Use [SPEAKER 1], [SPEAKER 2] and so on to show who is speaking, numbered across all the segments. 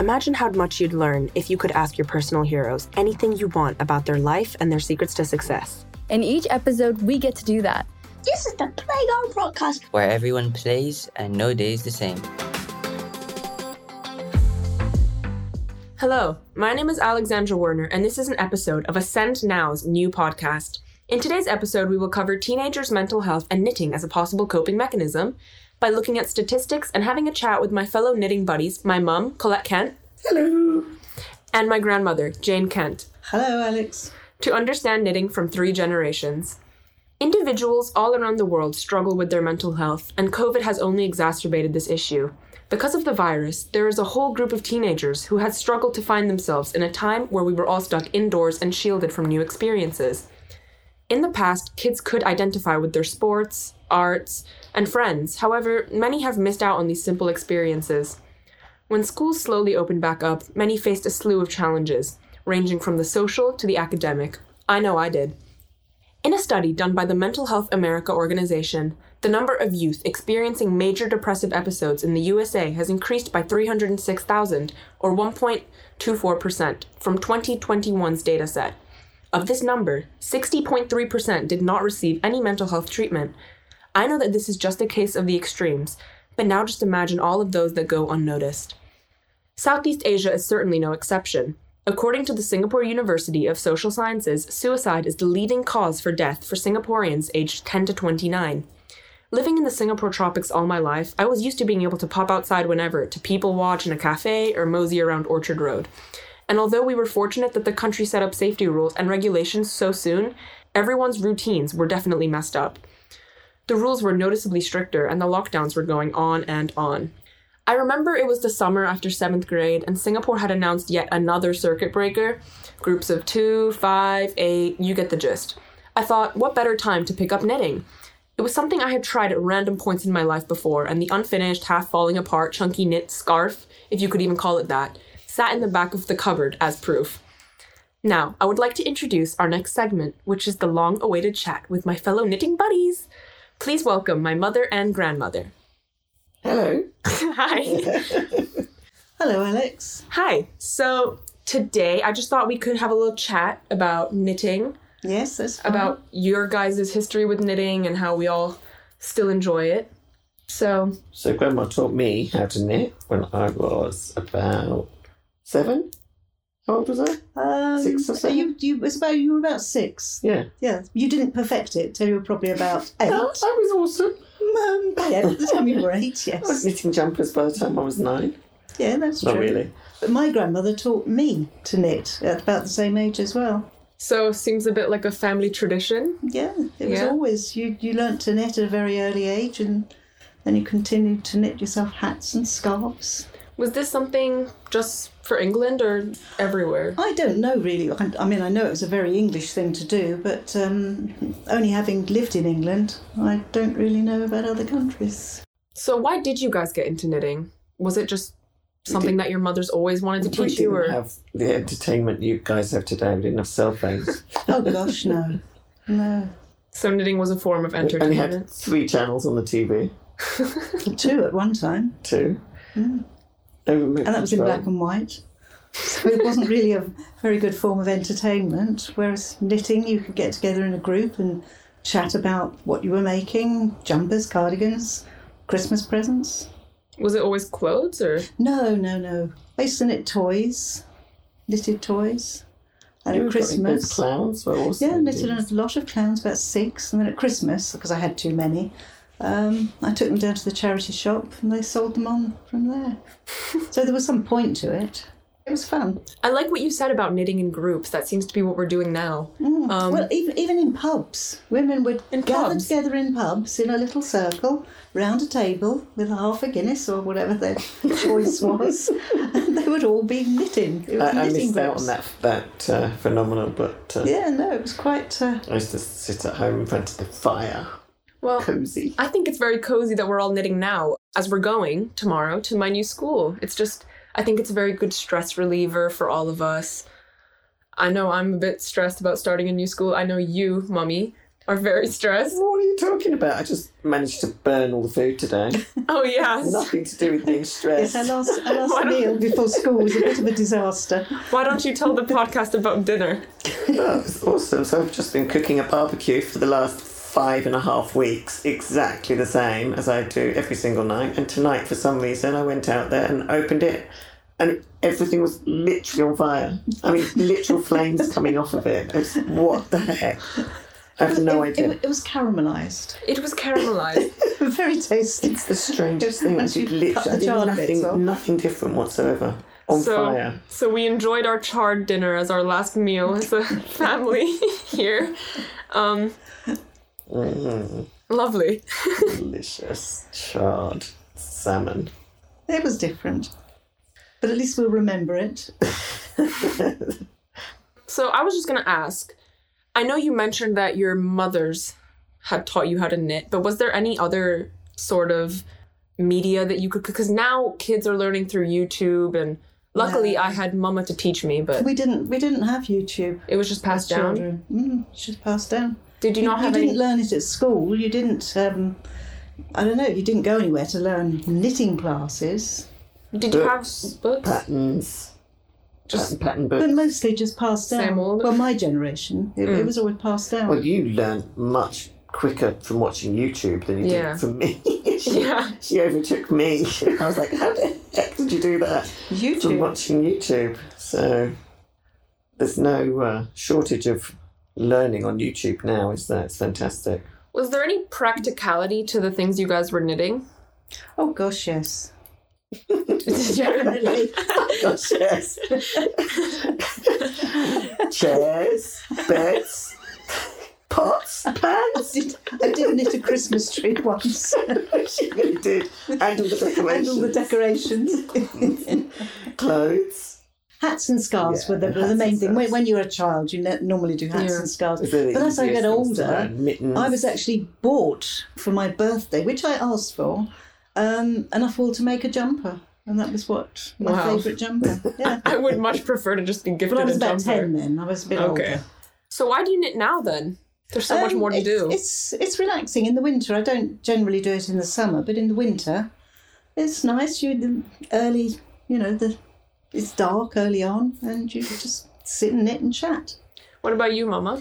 [SPEAKER 1] Imagine how much you'd learn if you could ask your personal heroes anything you want about their life and their secrets to success.
[SPEAKER 2] In each episode, we get to do that.
[SPEAKER 3] This is the Playground Podcast.
[SPEAKER 4] where everyone plays and no day is the same.
[SPEAKER 1] Hello, my name is Alexandra Werner, and this is an episode of Ascend Now's new podcast. In today's episode, we will cover teenagers' mental health and knitting as a possible coping mechanism by looking at statistics and having a chat with my fellow knitting buddies, my mum, Colette Kent. Hello. And my grandmother, Jane Kent.
[SPEAKER 5] Hello, Alex.
[SPEAKER 1] to understand knitting from three generations. Individuals all around the world struggle with their mental health, and COVID has only exacerbated this issue. Because of the virus, there is a whole group of teenagers who has struggled to find themselves in a time where we were all stuck indoors and shielded from new experiences. In the past, kids could identify with their sports, arts, and friends. However, many have missed out on these simple experiences. When schools slowly opened back up, many faced a slew of challenges, ranging from the social to the academic. I know I did. In a study done by the Mental Health America organization, the number of youth experiencing major depressive episodes in the USA has increased by 306,000, or 1.24%, from 2021's dataset. Of this number, 60.3% did not receive any mental health treatment. I know that this is just a case of the extremes, but now just imagine all of those that go unnoticed. Southeast Asia is certainly no exception. According to the Singapore University of Social Sciences, suicide is the leading cause for death for Singaporeans aged 10 to 29. Living in the Singapore tropics all my life, I was used to being able to pop outside whenever to people watch in a cafe or mosey around Orchard Road. And although we were fortunate that the country set up safety rules and regulations so soon, everyone's routines were definitely messed up. The rules were noticeably stricter, and the lockdowns were going on and on. I remember it was the summer after seventh grade, and Singapore had announced yet another circuit breaker groups of two, five, eight, you get the gist. I thought, what better time to pick up knitting? It was something I had tried at random points in my life before, and the unfinished, half falling apart, chunky knit scarf, if you could even call it that, sat in the back of the cupboard as proof. Now, I would like to introduce our next segment, which is the long awaited chat with my fellow knitting buddies. Please welcome my mother and grandmother.
[SPEAKER 5] Hello.
[SPEAKER 1] Hi.
[SPEAKER 5] Hello, Alex.
[SPEAKER 1] Hi. So today I just thought we could have a little chat about knitting,
[SPEAKER 5] Yes, that's fine.
[SPEAKER 1] about
[SPEAKER 6] Uh-huh.
[SPEAKER 1] your guys' history with knitting and how we all still enjoy it. So,
[SPEAKER 6] So grandma taught me how to knit when I was about seven. How old was I?
[SPEAKER 5] um,
[SPEAKER 6] Six or
[SPEAKER 5] so you, you it was about you were about six.
[SPEAKER 6] Yeah.
[SPEAKER 5] Yeah, you didn't perfect it till you were probably about eight.
[SPEAKER 6] I was awesome.
[SPEAKER 5] um, by eight, the time you were eight,
[SPEAKER 6] I
[SPEAKER 5] yes,
[SPEAKER 6] was knitting jumpers by the time I was nine.
[SPEAKER 5] yeah, that's
[SPEAKER 6] Not
[SPEAKER 5] true.
[SPEAKER 6] really.
[SPEAKER 5] But my grandmother taught me to knit at about the same age as well.
[SPEAKER 1] so seems a bit like a family tradition.
[SPEAKER 5] Yeah, it was
[SPEAKER 1] Yeah.
[SPEAKER 5] always you. You learnt to knit at a very early age, and then you continued to knit yourself hats and scarves.
[SPEAKER 1] Was this something just for England or everywhere?
[SPEAKER 5] I don't know really. I, I mean, I know it was a very English thing to do, but um, only having lived in England, I don't really know about other countries.
[SPEAKER 1] So, why did you guys get into knitting? Was it just something that your mothers always wanted to
[SPEAKER 6] we
[SPEAKER 1] teach you
[SPEAKER 6] didn't
[SPEAKER 1] or
[SPEAKER 6] have the entertainment you guys have today. We didn't have cell phones.
[SPEAKER 5] Oh gosh, no, no,
[SPEAKER 1] so knitting was a form of
[SPEAKER 6] we only
[SPEAKER 1] entertainment?
[SPEAKER 6] had three channels on the TV,
[SPEAKER 5] two at one time,
[SPEAKER 6] two.
[SPEAKER 5] Mm. and that was in black and white. So it wasn't really a very good form of entertainment. Whereas knitting, you could get together in a group and chat about what you were making: jumpers, cardigans, Christmas presents.
[SPEAKER 1] Was it always clothes or
[SPEAKER 5] No, no, no. I used to knit toys, knitted toys, and
[SPEAKER 6] You
[SPEAKER 5] at
[SPEAKER 6] were very good
[SPEAKER 5] Christmas.
[SPEAKER 6] Clowns were awesome.
[SPEAKER 5] Yeah, I knitted
[SPEAKER 6] indeed.
[SPEAKER 5] a lot of clowns, about six, and then at Christmas, because I had too many, um, I took them down to the charity shop and they sold them on from there. so there was some point to it. It was fun.
[SPEAKER 1] I like what you said about knitting in groups. That seems to be what we're doing now. Um,
[SPEAKER 5] Mm. well, even, even in pubs, women would
[SPEAKER 1] In
[SPEAKER 5] gather
[SPEAKER 1] pubs?
[SPEAKER 5] together in pubs in a little circle round a table with half a Guinness or whatever their choice was, and they would all be knitting. It was
[SPEAKER 6] I, I
[SPEAKER 5] knitting
[SPEAKER 6] missed out
[SPEAKER 5] groups.
[SPEAKER 6] on that that uh, phenomenon, but uh,
[SPEAKER 5] Yeah, no, it was quite. Uh,
[SPEAKER 6] I used to sit at home in front of the fire,
[SPEAKER 1] well,
[SPEAKER 6] cozy.
[SPEAKER 1] I think it's very cozy that we're all knitting now as we're going tomorrow to my new school. It's just, I think it's a very good stress reliever for all of us. I know I'm a bit stressed about starting a new school. I know you, mummy, are very stressed.
[SPEAKER 6] What are you talking about? I just managed to burn all the food today.
[SPEAKER 1] Oh, yes.
[SPEAKER 6] Nothing to do with being stressed.
[SPEAKER 5] Yes, our last, our
[SPEAKER 1] Why
[SPEAKER 5] last
[SPEAKER 1] don't-
[SPEAKER 5] meal before school was a bit of a disaster.
[SPEAKER 1] Why don't you tell the podcast about dinner?
[SPEAKER 6] Oh, it's awesome. So I've just been cooking a barbecue for the last five and a half weeks, exactly the same as I do every single night. And tonight, for some reason, I went out there and opened it, and everything was literally on fire. I mean, literal flames coming off of it. It's what the heck? I have no
[SPEAKER 5] it,
[SPEAKER 6] idea.
[SPEAKER 5] It, it was caramelised.
[SPEAKER 1] It was caramelized.
[SPEAKER 5] Very tasty.
[SPEAKER 6] It's the strangest thing. I
[SPEAKER 5] Once you
[SPEAKER 6] did literally
[SPEAKER 5] cut the
[SPEAKER 6] I did
[SPEAKER 5] jar bits off.
[SPEAKER 6] nothing, nothing different whatsoever. On
[SPEAKER 1] so,
[SPEAKER 6] fire.
[SPEAKER 1] so we enjoyed our charred dinner as our last meal as a family here. Um, Lovely.
[SPEAKER 6] Delicious charred salmon.
[SPEAKER 5] It was different. But at least we'll remember it.
[SPEAKER 1] So I was just going to ask I know you mentioned that your mothers had taught you how to knit, but was there any other sort of media that you could? Because now kids are learning through YouTube, and luckily I had mama to teach me, but
[SPEAKER 5] We didn't we didn't have YouTube.
[SPEAKER 1] it was just passed down.
[SPEAKER 5] Children. Mm, just passed down.
[SPEAKER 1] Did you not
[SPEAKER 5] you
[SPEAKER 1] have
[SPEAKER 5] didn't
[SPEAKER 1] any?
[SPEAKER 5] learn it at school. You didn't. Um, I don't know. You didn't go anywhere to learn knitting classes,
[SPEAKER 1] Did you have
[SPEAKER 6] Books.
[SPEAKER 1] books?
[SPEAKER 6] Patterns. Um, Just pattern, pattern books.
[SPEAKER 5] but mostly just passed down.
[SPEAKER 1] Same Hmm. old.
[SPEAKER 5] Well, my generation, it, it was always passed down.
[SPEAKER 6] Well, you learn much quicker from watching YouTube than you
[SPEAKER 1] Yeah.
[SPEAKER 6] did from me. she,
[SPEAKER 1] Yeah.
[SPEAKER 6] she overtook me. I was like, how the heck did you do that? From
[SPEAKER 5] YouTube.
[SPEAKER 6] watching YouTube. So there's no uh, shortage of learning on YouTube now, is there? It's fantastic.
[SPEAKER 1] Was there any practicality to the things you guys were knitting?
[SPEAKER 5] Oh gosh, yes.
[SPEAKER 1] Generally.
[SPEAKER 6] Gosh, yes. Chairs, beds, pots, pans.
[SPEAKER 5] Did, I did knit a Christmas tree once,
[SPEAKER 6] she really did. And all the
[SPEAKER 5] and
[SPEAKER 6] decorations.
[SPEAKER 5] all the decorations.
[SPEAKER 6] clothes.
[SPEAKER 5] hats and scarves
[SPEAKER 6] Yeah,
[SPEAKER 5] were the,
[SPEAKER 6] and
[SPEAKER 5] were the
[SPEAKER 6] hats
[SPEAKER 5] main
[SPEAKER 6] and
[SPEAKER 5] thing. When,
[SPEAKER 6] scarves.
[SPEAKER 5] when you're a child, you ne- normally do hats
[SPEAKER 1] Yeah.
[SPEAKER 5] and scarves.
[SPEAKER 6] They're the
[SPEAKER 5] But as I get
[SPEAKER 6] easiest things to
[SPEAKER 5] older,
[SPEAKER 6] learn. mittens.
[SPEAKER 5] I was actually bought for my birthday, which I asked for, um, enough wool to make a jumper. And that was what my
[SPEAKER 1] Wow.
[SPEAKER 5] favourite jumper. Yeah.
[SPEAKER 1] I would much prefer to just be gifted
[SPEAKER 5] But I was
[SPEAKER 1] a
[SPEAKER 5] about
[SPEAKER 1] jumper.
[SPEAKER 5] 10 then. I was a bit
[SPEAKER 1] Okay.
[SPEAKER 5] older.
[SPEAKER 1] So why do you knit now then? There's so much
[SPEAKER 5] Um,
[SPEAKER 1] more to
[SPEAKER 5] it's-
[SPEAKER 1] do.
[SPEAKER 5] It's, it's relaxing in the winter. I don't generally do it in the summer, but in the winter, it's nice. You the early, you know, the it's dark early on, and you just sit and knit and chat.
[SPEAKER 1] What about you, Mama?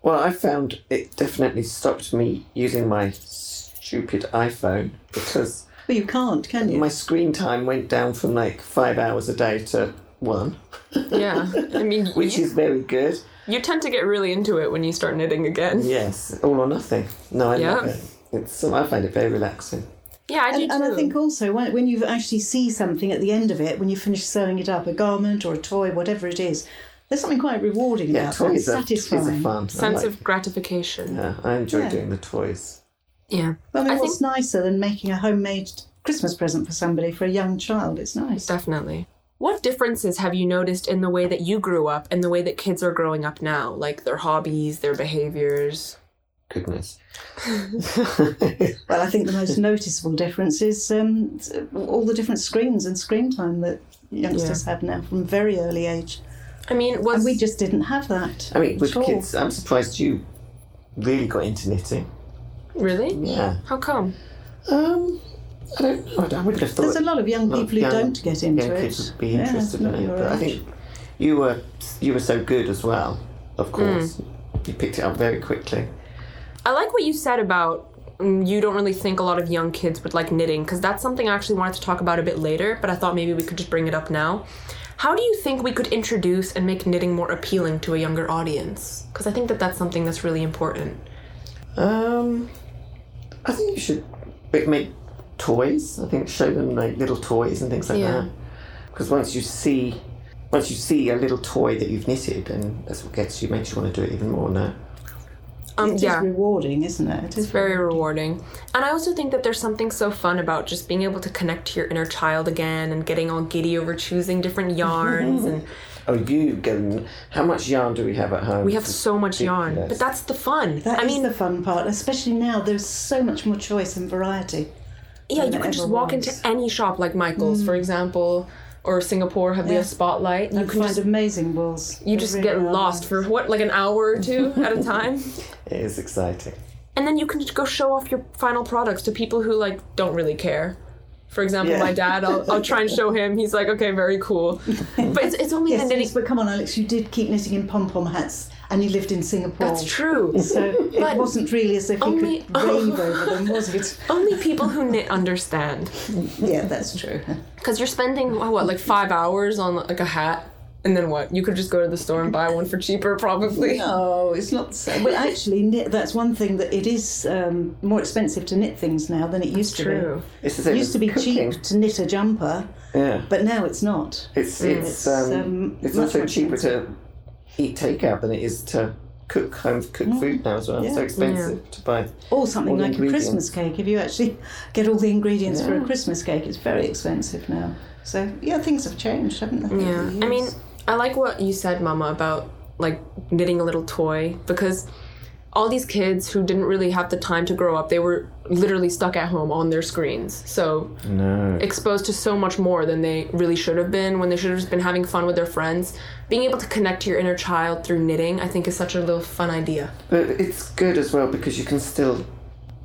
[SPEAKER 6] Well, I found it definitely stopped me using my stupid iPhone because
[SPEAKER 5] Well, you can't, can you?
[SPEAKER 6] my screen time went down from like five hours a day to one,
[SPEAKER 1] Yeah. I mean,
[SPEAKER 6] which
[SPEAKER 1] you,
[SPEAKER 6] is very good.
[SPEAKER 1] you tend to get really into it when you start knitting again. Yeah,
[SPEAKER 6] Yes, all or nothing. No, I love
[SPEAKER 1] Yeah.
[SPEAKER 6] it. It's, I find it very relaxing.
[SPEAKER 1] I do
[SPEAKER 5] And, and
[SPEAKER 1] too.
[SPEAKER 5] I think also when, when you actually see something at the end of it, when you finish sewing it up, a garment or a toy, whatever it is, there's something quite rewarding
[SPEAKER 6] Yeah,
[SPEAKER 5] about that.
[SPEAKER 6] toys are, toys
[SPEAKER 5] satisfying.
[SPEAKER 6] are fun.
[SPEAKER 1] sense
[SPEAKER 6] I like,
[SPEAKER 1] of gratification.
[SPEAKER 6] yeah, I enjoy
[SPEAKER 5] Yeah.
[SPEAKER 6] doing the toys.
[SPEAKER 1] Yeah.
[SPEAKER 5] I mean,
[SPEAKER 1] I
[SPEAKER 5] what's
[SPEAKER 1] think-
[SPEAKER 5] nicer than making a homemade Christmas present for somebody for a young child? It's nice.
[SPEAKER 1] Definitely. What differences have you noticed in the way that you grew up and the way that kids are growing up now? Like their hobbies, their behaviors?
[SPEAKER 6] Goodness.
[SPEAKER 5] Well, I think the most noticeable difference is um, all the different screens and screen time that youngsters have now from very early age.
[SPEAKER 1] I mean, was
[SPEAKER 5] And we just didn't have that.
[SPEAKER 6] I mean, with
[SPEAKER 5] at all.
[SPEAKER 6] kids, I'm surprised you really got into knitting.
[SPEAKER 1] really?
[SPEAKER 6] Yeah.
[SPEAKER 1] How come?
[SPEAKER 6] Um, I don't know. I wouldn't have thought.
[SPEAKER 5] There's a lot of young
[SPEAKER 6] lot
[SPEAKER 5] people
[SPEAKER 6] of
[SPEAKER 5] who
[SPEAKER 6] young-
[SPEAKER 5] don't get into
[SPEAKER 6] young
[SPEAKER 5] it.
[SPEAKER 6] kids would be
[SPEAKER 5] Yeah,
[SPEAKER 6] interested
[SPEAKER 5] not
[SPEAKER 6] in it,
[SPEAKER 5] your
[SPEAKER 6] but I
[SPEAKER 5] age.
[SPEAKER 6] think you were you were so good as well.
[SPEAKER 5] Mm.
[SPEAKER 6] Of course, you picked it up very quickly.
[SPEAKER 1] I like what you said about mm, you don't really think a lot of young kids would like knitting because that's something I actually wanted to talk about a bit later, but I thought maybe we could just bring it up now. How do you think we could introduce and make knitting more appealing to a younger audience? Because I think that that's something that's really important.
[SPEAKER 6] Um, I think you should make, make toys. I think show them like little toys and things like
[SPEAKER 1] Yeah.
[SPEAKER 6] that. Because once you see, once you see a little toy that you've knitted, and that's what gets you, makes you want to do it even more now.
[SPEAKER 1] Um,
[SPEAKER 5] It is
[SPEAKER 1] yeah.
[SPEAKER 5] rewarding, isn't it? It is
[SPEAKER 1] very rewarding. And I also think that there's something so fun about just being able to connect to your inner child again and getting all giddy over choosing
[SPEAKER 5] Mm-hmm.
[SPEAKER 1] different yarns. and
[SPEAKER 6] Oh, you go. How much yarn do we have at home?
[SPEAKER 1] we have so much yarn,
[SPEAKER 6] Ridiculous.
[SPEAKER 1] but that's the fun.
[SPEAKER 5] That
[SPEAKER 1] I
[SPEAKER 5] is
[SPEAKER 1] mean,
[SPEAKER 5] the fun part, especially now. There's so much more choice and variety.
[SPEAKER 1] yeah, you
[SPEAKER 5] than
[SPEAKER 1] can just
[SPEAKER 5] ever
[SPEAKER 1] walk
[SPEAKER 5] was.
[SPEAKER 1] into any shop like Michael's,
[SPEAKER 5] Mm.
[SPEAKER 1] for example, or Singapore have the Spotlight. You
[SPEAKER 5] You
[SPEAKER 1] can
[SPEAKER 5] find
[SPEAKER 1] just
[SPEAKER 5] amazing balls.
[SPEAKER 1] you just get lost for what like an hour or two at a time.
[SPEAKER 6] It is exciting.
[SPEAKER 1] and then you can go show off your final products to people who like don't really care. For example,
[SPEAKER 6] Yeah.
[SPEAKER 1] my dad, I'll, I'll try and show him. He's like, okay, very cool. But it's, it's only the
[SPEAKER 5] Yes,
[SPEAKER 1] knitting.
[SPEAKER 5] yes, but come on, Alex, you did keep knitting in pom pom hats and you lived in Singapore.
[SPEAKER 1] That's true.
[SPEAKER 5] So it wasn't really as if
[SPEAKER 1] only-
[SPEAKER 5] you could rave over them, was it?
[SPEAKER 1] Only people who knit understand.
[SPEAKER 5] Yeah, that's true.
[SPEAKER 1] Because you're spending, what, what, like five hours on like a hat? And then what? You could just go to the store and buy one for cheaper, probably.
[SPEAKER 5] No, it's not the same. Well, actually, knit, that's one thing that it is um, more expensive to knit things now than it used to
[SPEAKER 1] True.
[SPEAKER 6] This is
[SPEAKER 5] be. It used to be cheap to knit a jumper,
[SPEAKER 6] Yeah.
[SPEAKER 5] but now it's not.
[SPEAKER 6] It's it's um,
[SPEAKER 5] um,
[SPEAKER 6] it's
[SPEAKER 5] much
[SPEAKER 6] also
[SPEAKER 5] more
[SPEAKER 6] cheaper to eat takeout than it is to cook home cooked food now as well. It's so expensive to buy.
[SPEAKER 5] Or something
[SPEAKER 6] All the
[SPEAKER 5] like a
[SPEAKER 6] ingredients.
[SPEAKER 5] Christmas cake. If you actually get all the ingredients for a Christmas cake, it's very expensive now. So yeah, things have changed, haven't they?
[SPEAKER 1] Yeah.
[SPEAKER 5] over the
[SPEAKER 1] I mean,
[SPEAKER 5] years?
[SPEAKER 1] I like what you said, Mama, about like knitting a little toy because all these kids who didn't really have the time to grow up, they were literally stuck at home on their screens. So
[SPEAKER 6] No.
[SPEAKER 1] exposed to so much more than they really should have been when they should have just been having fun with their friends. Being able to connect to your inner child through knitting, I think, is such a little fun idea.
[SPEAKER 6] But it's good as well because you can still,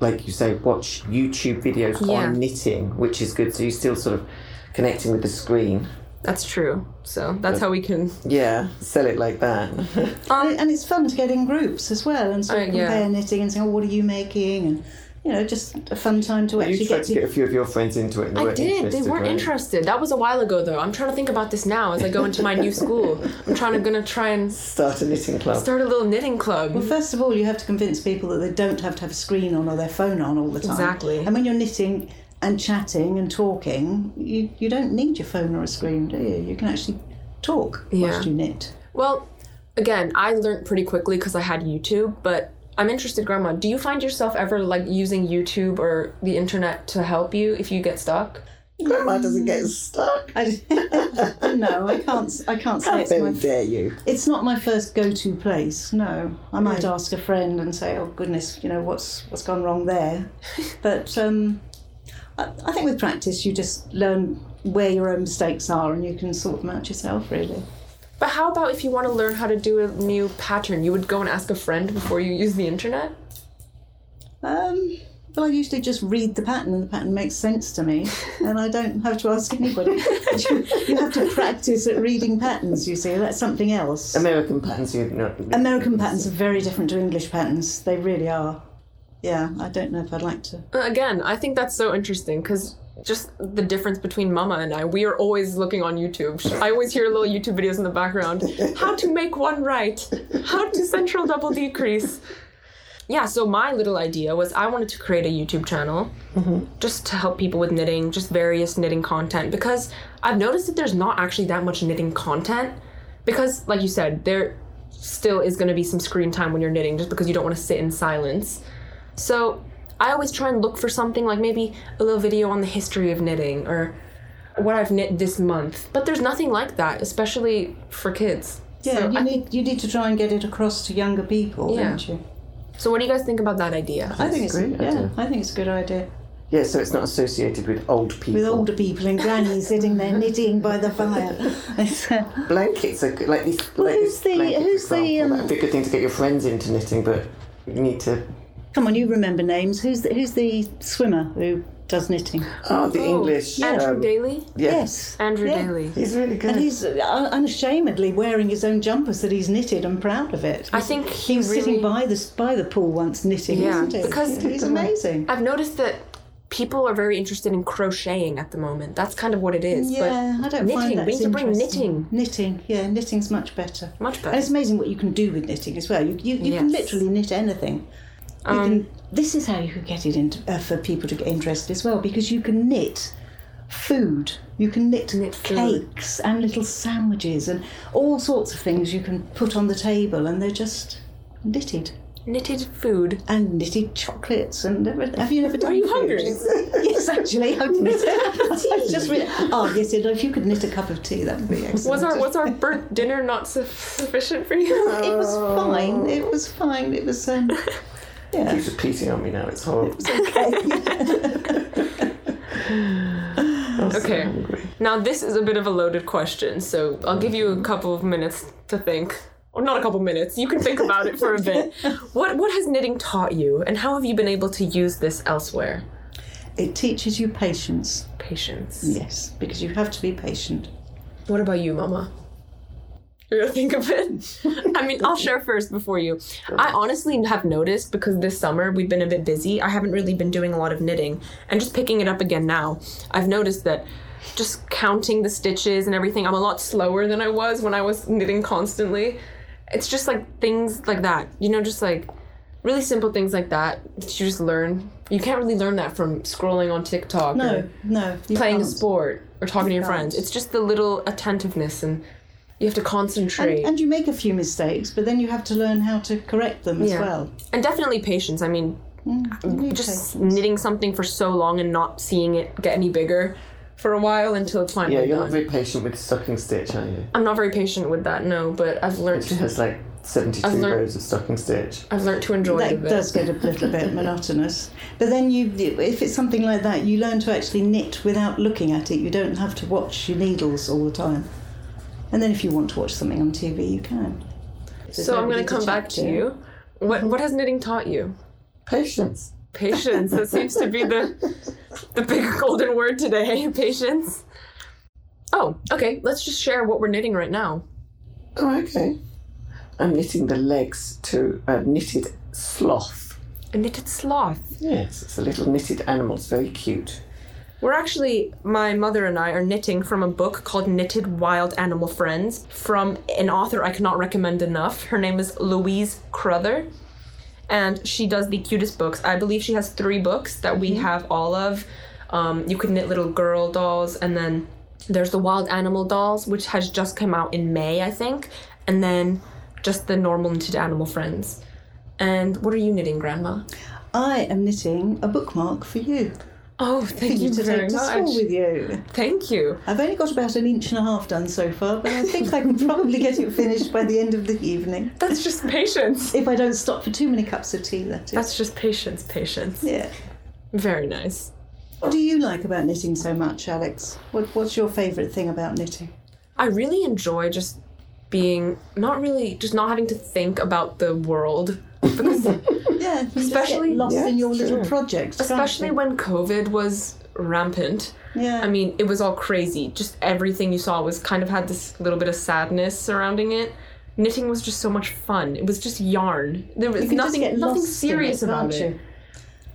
[SPEAKER 6] like you say, watch YouTube videos
[SPEAKER 1] Yeah.
[SPEAKER 6] on knitting, which is good. So you're still sort of connecting with the screen.
[SPEAKER 1] That's true. So that's how we can.
[SPEAKER 6] Yeah, sell it like that.
[SPEAKER 5] and, and it's fun to get in groups as well and sort of
[SPEAKER 1] Oh, yeah.
[SPEAKER 5] compare knitting and say, oh, what are you making? And you know, just a fun time to actually
[SPEAKER 6] you tried
[SPEAKER 5] get
[SPEAKER 6] to
[SPEAKER 5] to.
[SPEAKER 6] get a few of your friends into it. And they
[SPEAKER 1] I
[SPEAKER 6] weren't
[SPEAKER 1] did. They
[SPEAKER 6] Interested,
[SPEAKER 1] weren't
[SPEAKER 6] right?
[SPEAKER 1] interested. That was a while ago, though. I'm trying to think about this now as I go into my new school. I'm trying to gonna try and
[SPEAKER 6] Start a knitting club.
[SPEAKER 1] start a little knitting club.
[SPEAKER 5] Well, first of all, you have to convince people that they don't have to have a screen on or their phone on all the time.
[SPEAKER 1] Exactly.
[SPEAKER 5] And when you're knitting and chatting and talking, you, you don't need your phone or a screen, do you? You can actually talk
[SPEAKER 1] Yeah.
[SPEAKER 5] whilst you knit.
[SPEAKER 1] Well, again, I learned pretty quickly because I had YouTube, but I'm interested, Grandma. Do you find yourself ever like using YouTube or the internet to help you if you get stuck?
[SPEAKER 6] Grandma doesn't get stuck.
[SPEAKER 5] I, no, I can't. s- I can't say
[SPEAKER 6] How
[SPEAKER 5] it's my.
[SPEAKER 6] dare you?
[SPEAKER 5] It's not my first go-to place. No, I might ask a friend and say, "Oh goodness, you know what's what's gone wrong there," but um, I, I think with practice you just learn where your own mistakes are and you can sort them out yourself. Really.
[SPEAKER 1] But how about if you want to learn how to do a new pattern? You would go and ask a friend before you use the internet?
[SPEAKER 5] Um, well, I usually just read the pattern, and the pattern makes sense to me, and I don't have to ask anybody. you, you have to practice at reading patterns. You see, that's something else.
[SPEAKER 6] American patterns, you not.
[SPEAKER 5] American patterns are very different to English patterns. They really are. Yeah, I don't know if I'd like to.
[SPEAKER 1] Uh, Again, I think that's so interesting because just the difference between Mama and I, we are always looking on YouTube. I always hear little YouTube videos in the background. How to make one right, how to central double decrease. Yeah, so my little idea was I wanted to create a YouTube channel just to help people with knitting, just various knitting content because I've noticed that there's not actually that much knitting content because like you said, there still is going to be some screen time when you're knitting just because you don't want to sit in silence. So I always try and look for something like maybe a little video on the history of knitting or what I've knit this month. But there's nothing like that, especially for kids.
[SPEAKER 5] Yeah,
[SPEAKER 1] So,
[SPEAKER 5] you
[SPEAKER 1] I-
[SPEAKER 5] need you need to try and get it across to younger people,
[SPEAKER 1] Yeah.
[SPEAKER 5] don't you?
[SPEAKER 1] so what do you guys think about that idea?
[SPEAKER 5] I think it's
[SPEAKER 6] great
[SPEAKER 5] yeah,
[SPEAKER 6] idea.
[SPEAKER 5] I think it's a good idea.
[SPEAKER 6] Yeah, so it's not associated with old people.
[SPEAKER 5] With older people and grannies sitting there knitting by the fire. It's, uh,
[SPEAKER 6] blankets are good, like this. Well, like
[SPEAKER 5] who's
[SPEAKER 6] this
[SPEAKER 5] the-
[SPEAKER 6] blanket, for
[SPEAKER 5] who's the,
[SPEAKER 6] example.
[SPEAKER 5] um,
[SPEAKER 6] That'd be a good thing to get your friends into knitting, but you need to.
[SPEAKER 5] come on, you remember names. Who's the, who's the swimmer who does knitting?
[SPEAKER 6] Oh, the English.
[SPEAKER 1] Andrew
[SPEAKER 6] um,
[SPEAKER 1] Daly?
[SPEAKER 6] yeah.
[SPEAKER 5] Yes,
[SPEAKER 1] Andrew
[SPEAKER 5] Yeah.
[SPEAKER 1] Daly.
[SPEAKER 6] he's really good.
[SPEAKER 5] and he's uh, unashamedly wearing his own jumpers that he's knitted and proud of it.
[SPEAKER 1] I think he,
[SPEAKER 5] he was
[SPEAKER 1] really
[SPEAKER 5] sitting by the by the pool once knitting,
[SPEAKER 1] Yeah,
[SPEAKER 5] wasn't he?
[SPEAKER 1] because-
[SPEAKER 5] he's amazing.
[SPEAKER 1] I've noticed that people are very interested in crocheting at the moment. That's kind of what it is.
[SPEAKER 5] Yeah,
[SPEAKER 1] but
[SPEAKER 5] I don't
[SPEAKER 1] knitting.
[SPEAKER 5] find that
[SPEAKER 1] we
[SPEAKER 5] it's
[SPEAKER 1] need to bring knitting.
[SPEAKER 5] interesting. Knitting, yeah, knitting's much better.
[SPEAKER 1] Much
[SPEAKER 5] And it's
[SPEAKER 1] better.
[SPEAKER 5] amazing what you can do with knitting as well. You, you, you can
[SPEAKER 1] Yes. Um,
[SPEAKER 5] literally knit anything. You can, this is how you could get it into, uh, for people to get interested as well, because you can knit food. You can knit,
[SPEAKER 1] Knit food.
[SPEAKER 5] cakes and little sandwiches and all sorts of things you can put on the table, and they're just knitted
[SPEAKER 1] Knitted food.
[SPEAKER 5] and knitted chocolates and everything. Have you never done?
[SPEAKER 1] Are you
[SPEAKER 5] food?
[SPEAKER 1] hungry?
[SPEAKER 5] yes, actually, I've knit. I've just re- oh yes, you know, if you could knit a cup of tea, that would be excellent.
[SPEAKER 1] Was our was our birth dinner not su- sufficient for you?
[SPEAKER 5] It was fine. It was fine. It was. Um, yeah.
[SPEAKER 6] He's repeating on me now. It's horrible.
[SPEAKER 1] Okay. Now this is a bit of a loaded question, so I'll give you a couple of minutes to think. or not a couple minutes. You can think about it for a bit. What what has knitting taught you, and how have you been able to use this elsewhere?
[SPEAKER 5] It teaches you patience.
[SPEAKER 1] Patience.
[SPEAKER 5] Yes, because you have to be patient.
[SPEAKER 1] What about you, Mama? You're gonna think of it. I mean, I'll share first before you. I honestly have noticed because this summer we've been a bit busy. I haven't really been doing a lot of knitting, and just picking it up again now, I've noticed that just counting the stitches and everything, I'm a lot slower than I was when I was knitting constantly. It's just like things like that, you know, just like really simple things like that that you just learn. You can't really learn that from scrolling on TikTok
[SPEAKER 5] No,
[SPEAKER 1] or
[SPEAKER 5] no. you
[SPEAKER 1] playing a
[SPEAKER 5] can't.
[SPEAKER 1] sport or talking to your
[SPEAKER 5] can't.
[SPEAKER 1] friends. It's just the little attentiveness and you have to concentrate.
[SPEAKER 5] And, and you make a few mistakes, but then you have to learn how to correct them as
[SPEAKER 1] Yeah.
[SPEAKER 5] well.
[SPEAKER 1] and definitely patience. I mean, just knitting something for so long and not seeing it get any bigger for a while until it's finally
[SPEAKER 6] Yeah, you're
[SPEAKER 1] done.
[SPEAKER 6] not very patient with stocking stitch, are you?
[SPEAKER 1] I'm not very patient with that, no, but I've learned
[SPEAKER 6] She
[SPEAKER 1] to,
[SPEAKER 6] has like 72
[SPEAKER 1] I've learned-
[SPEAKER 6] rows of stocking stitch.
[SPEAKER 1] I've learned to enjoy it a
[SPEAKER 5] That
[SPEAKER 1] bit.
[SPEAKER 5] does get a little bit monotonous. But then you, if it's something like that, you learn to actually knit without looking at it. You don't have to watch your needles all the time. And then if you want to watch something on TV, you can. There's
[SPEAKER 1] so I'm going
[SPEAKER 5] nobody
[SPEAKER 1] to come
[SPEAKER 5] chat
[SPEAKER 1] back to you. What what has knitting taught you?
[SPEAKER 6] Patience.
[SPEAKER 1] Patience. that seems to be the the big golden word today. Patience. Oh, okay. Let's just share what we're knitting right now.
[SPEAKER 6] Oh, okay. I'm knitting the legs to a knitted sloth.
[SPEAKER 1] A knitted sloth.
[SPEAKER 6] Yes, it's a little knitted animal. It's very cute.
[SPEAKER 1] We're actually, my mother and I are knitting from a book called Knitted Wild Animal Friends from an author I cannot recommend enough. Her name is Louise Crother, and she does the cutest books. I believe she has three books that we have all of. Um, you could knit little girl dolls, and then there's the Wild Animal Dolls, which has just come out in May, I think, and then just the normal Knitted Animal Friends. And what are you knitting, Grandma?
[SPEAKER 5] I am knitting a bookmark for you.
[SPEAKER 1] Oh, thank
[SPEAKER 5] Thank
[SPEAKER 1] you
[SPEAKER 5] you to
[SPEAKER 1] very
[SPEAKER 5] take to
[SPEAKER 1] much.
[SPEAKER 5] school with you.
[SPEAKER 1] Thank you.
[SPEAKER 5] I've only got about an inch and a half done so far, but I think I can probably get it finished by the end of the evening.
[SPEAKER 1] That's just patience.
[SPEAKER 5] If I don't stop for too many cups of tea, that is.
[SPEAKER 1] That's just patience, patience.
[SPEAKER 5] yeah.
[SPEAKER 1] Very nice.
[SPEAKER 5] What do you like about knitting so much, Alex? What, what's your favourite thing about knitting?
[SPEAKER 1] I really enjoy just being not really just not having to think about the world because
[SPEAKER 5] Yeah, you just get
[SPEAKER 1] Especially-
[SPEAKER 5] lost
[SPEAKER 6] Yeah,
[SPEAKER 5] in your little
[SPEAKER 6] sure.
[SPEAKER 5] project. can't
[SPEAKER 1] especially
[SPEAKER 5] you?
[SPEAKER 1] when COVID was rampant.
[SPEAKER 5] yeah,
[SPEAKER 1] I mean, it was all crazy. Just everything you saw was kind of had this little bit of sadness surrounding it. Knitting was just so much fun. It was just yarn. There was
[SPEAKER 5] you can
[SPEAKER 1] nothing
[SPEAKER 5] just get
[SPEAKER 1] nothing
[SPEAKER 5] lost in
[SPEAKER 1] serious
[SPEAKER 5] it,
[SPEAKER 1] about
[SPEAKER 5] can't
[SPEAKER 1] it.
[SPEAKER 5] you?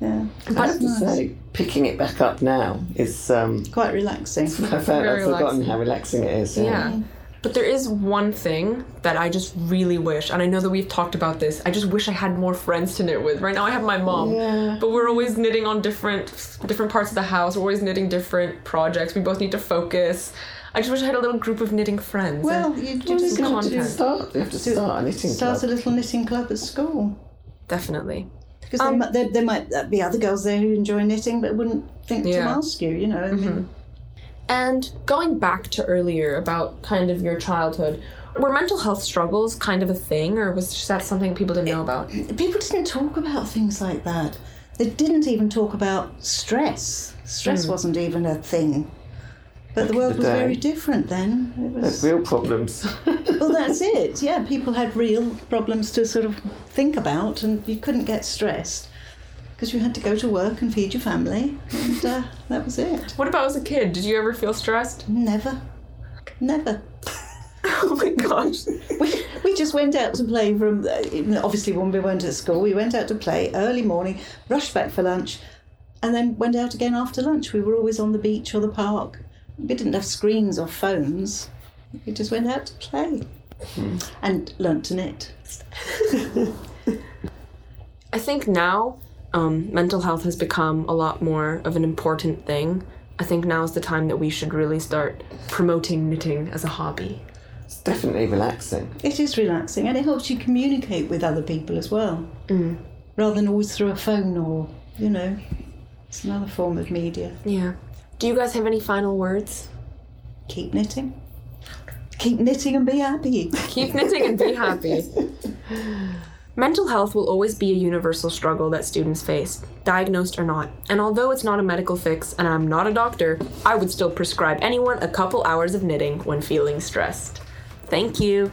[SPEAKER 5] Yeah,
[SPEAKER 6] I have
[SPEAKER 5] that's
[SPEAKER 6] to
[SPEAKER 5] nice.
[SPEAKER 6] say, picking it back up now is. um
[SPEAKER 5] quite relaxing.
[SPEAKER 6] I found, I've
[SPEAKER 1] Very
[SPEAKER 6] forgotten
[SPEAKER 1] relaxing.
[SPEAKER 6] how relaxing it is.
[SPEAKER 1] Yeah. But there is one thing that I just really wish, and I know that we've talked about this. I just wish I had more friends to knit with. Right now, I have my mom,
[SPEAKER 6] Yeah.
[SPEAKER 1] but we're always knitting on different different parts of the house. We're always knitting different projects. We both need to focus. I just wish I had a little group of knitting friends.
[SPEAKER 5] Well,
[SPEAKER 1] and
[SPEAKER 5] you, you
[SPEAKER 1] Well,
[SPEAKER 5] just
[SPEAKER 1] it's
[SPEAKER 5] have to
[SPEAKER 1] content.
[SPEAKER 5] do,
[SPEAKER 6] Start, you have to start a knitting
[SPEAKER 5] start a
[SPEAKER 6] club.
[SPEAKER 5] little knitting club at school
[SPEAKER 1] definitely.
[SPEAKER 5] because
[SPEAKER 1] Um,
[SPEAKER 5] there, mi- there, there might uh, be other girls there who enjoy knitting but wouldn't think to
[SPEAKER 1] Yeah. Mm-hmm.
[SPEAKER 5] ask you. You know, I mean,
[SPEAKER 1] And going back to earlier about kind of your childhood, were mental health struggles kind of a thing, or was just that something people didn't know about?
[SPEAKER 5] people didn't talk about things like that. They didn't even talk about stress.
[SPEAKER 1] Mm.
[SPEAKER 5] Stress wasn't even a thing. But the world
[SPEAKER 6] the
[SPEAKER 5] was
[SPEAKER 6] day.
[SPEAKER 5] very different then. It was,
[SPEAKER 6] Real problems.
[SPEAKER 5] well, that's it. Yeah, people had real problems to sort of think about, and you couldn't get stressed because you had to go to work and feed your family, and uh, that was it.
[SPEAKER 1] What about as a kid? Did you ever feel stressed?
[SPEAKER 5] Never, never.
[SPEAKER 1] oh my gosh.
[SPEAKER 5] we, we just went out to play from uh, obviously when we weren't at school we went out to play early morning rushed back for lunch and then went out again after lunch we were always on the beach or the park we didn't have screens or phones we just went out to play and learnt to knit
[SPEAKER 1] I think now um, mental health has become a lot more of an important thing. I think now is the time that we should really start promoting knitting as a hobby.
[SPEAKER 6] it's definitely relaxing.
[SPEAKER 5] it is relaxing and it helps you communicate with other people as well rather than always through a phone or you know it's another form of media
[SPEAKER 1] Yeah. Do you guys have any final words?
[SPEAKER 5] keep knitting keep knitting and be happy
[SPEAKER 1] Keep knitting and be happy. Mental health will always be a universal struggle that students face, diagnosed or not. And although it's not a medical fix and I'm not a doctor, I would still prescribe anyone a couple hours of knitting when feeling stressed. Thank you.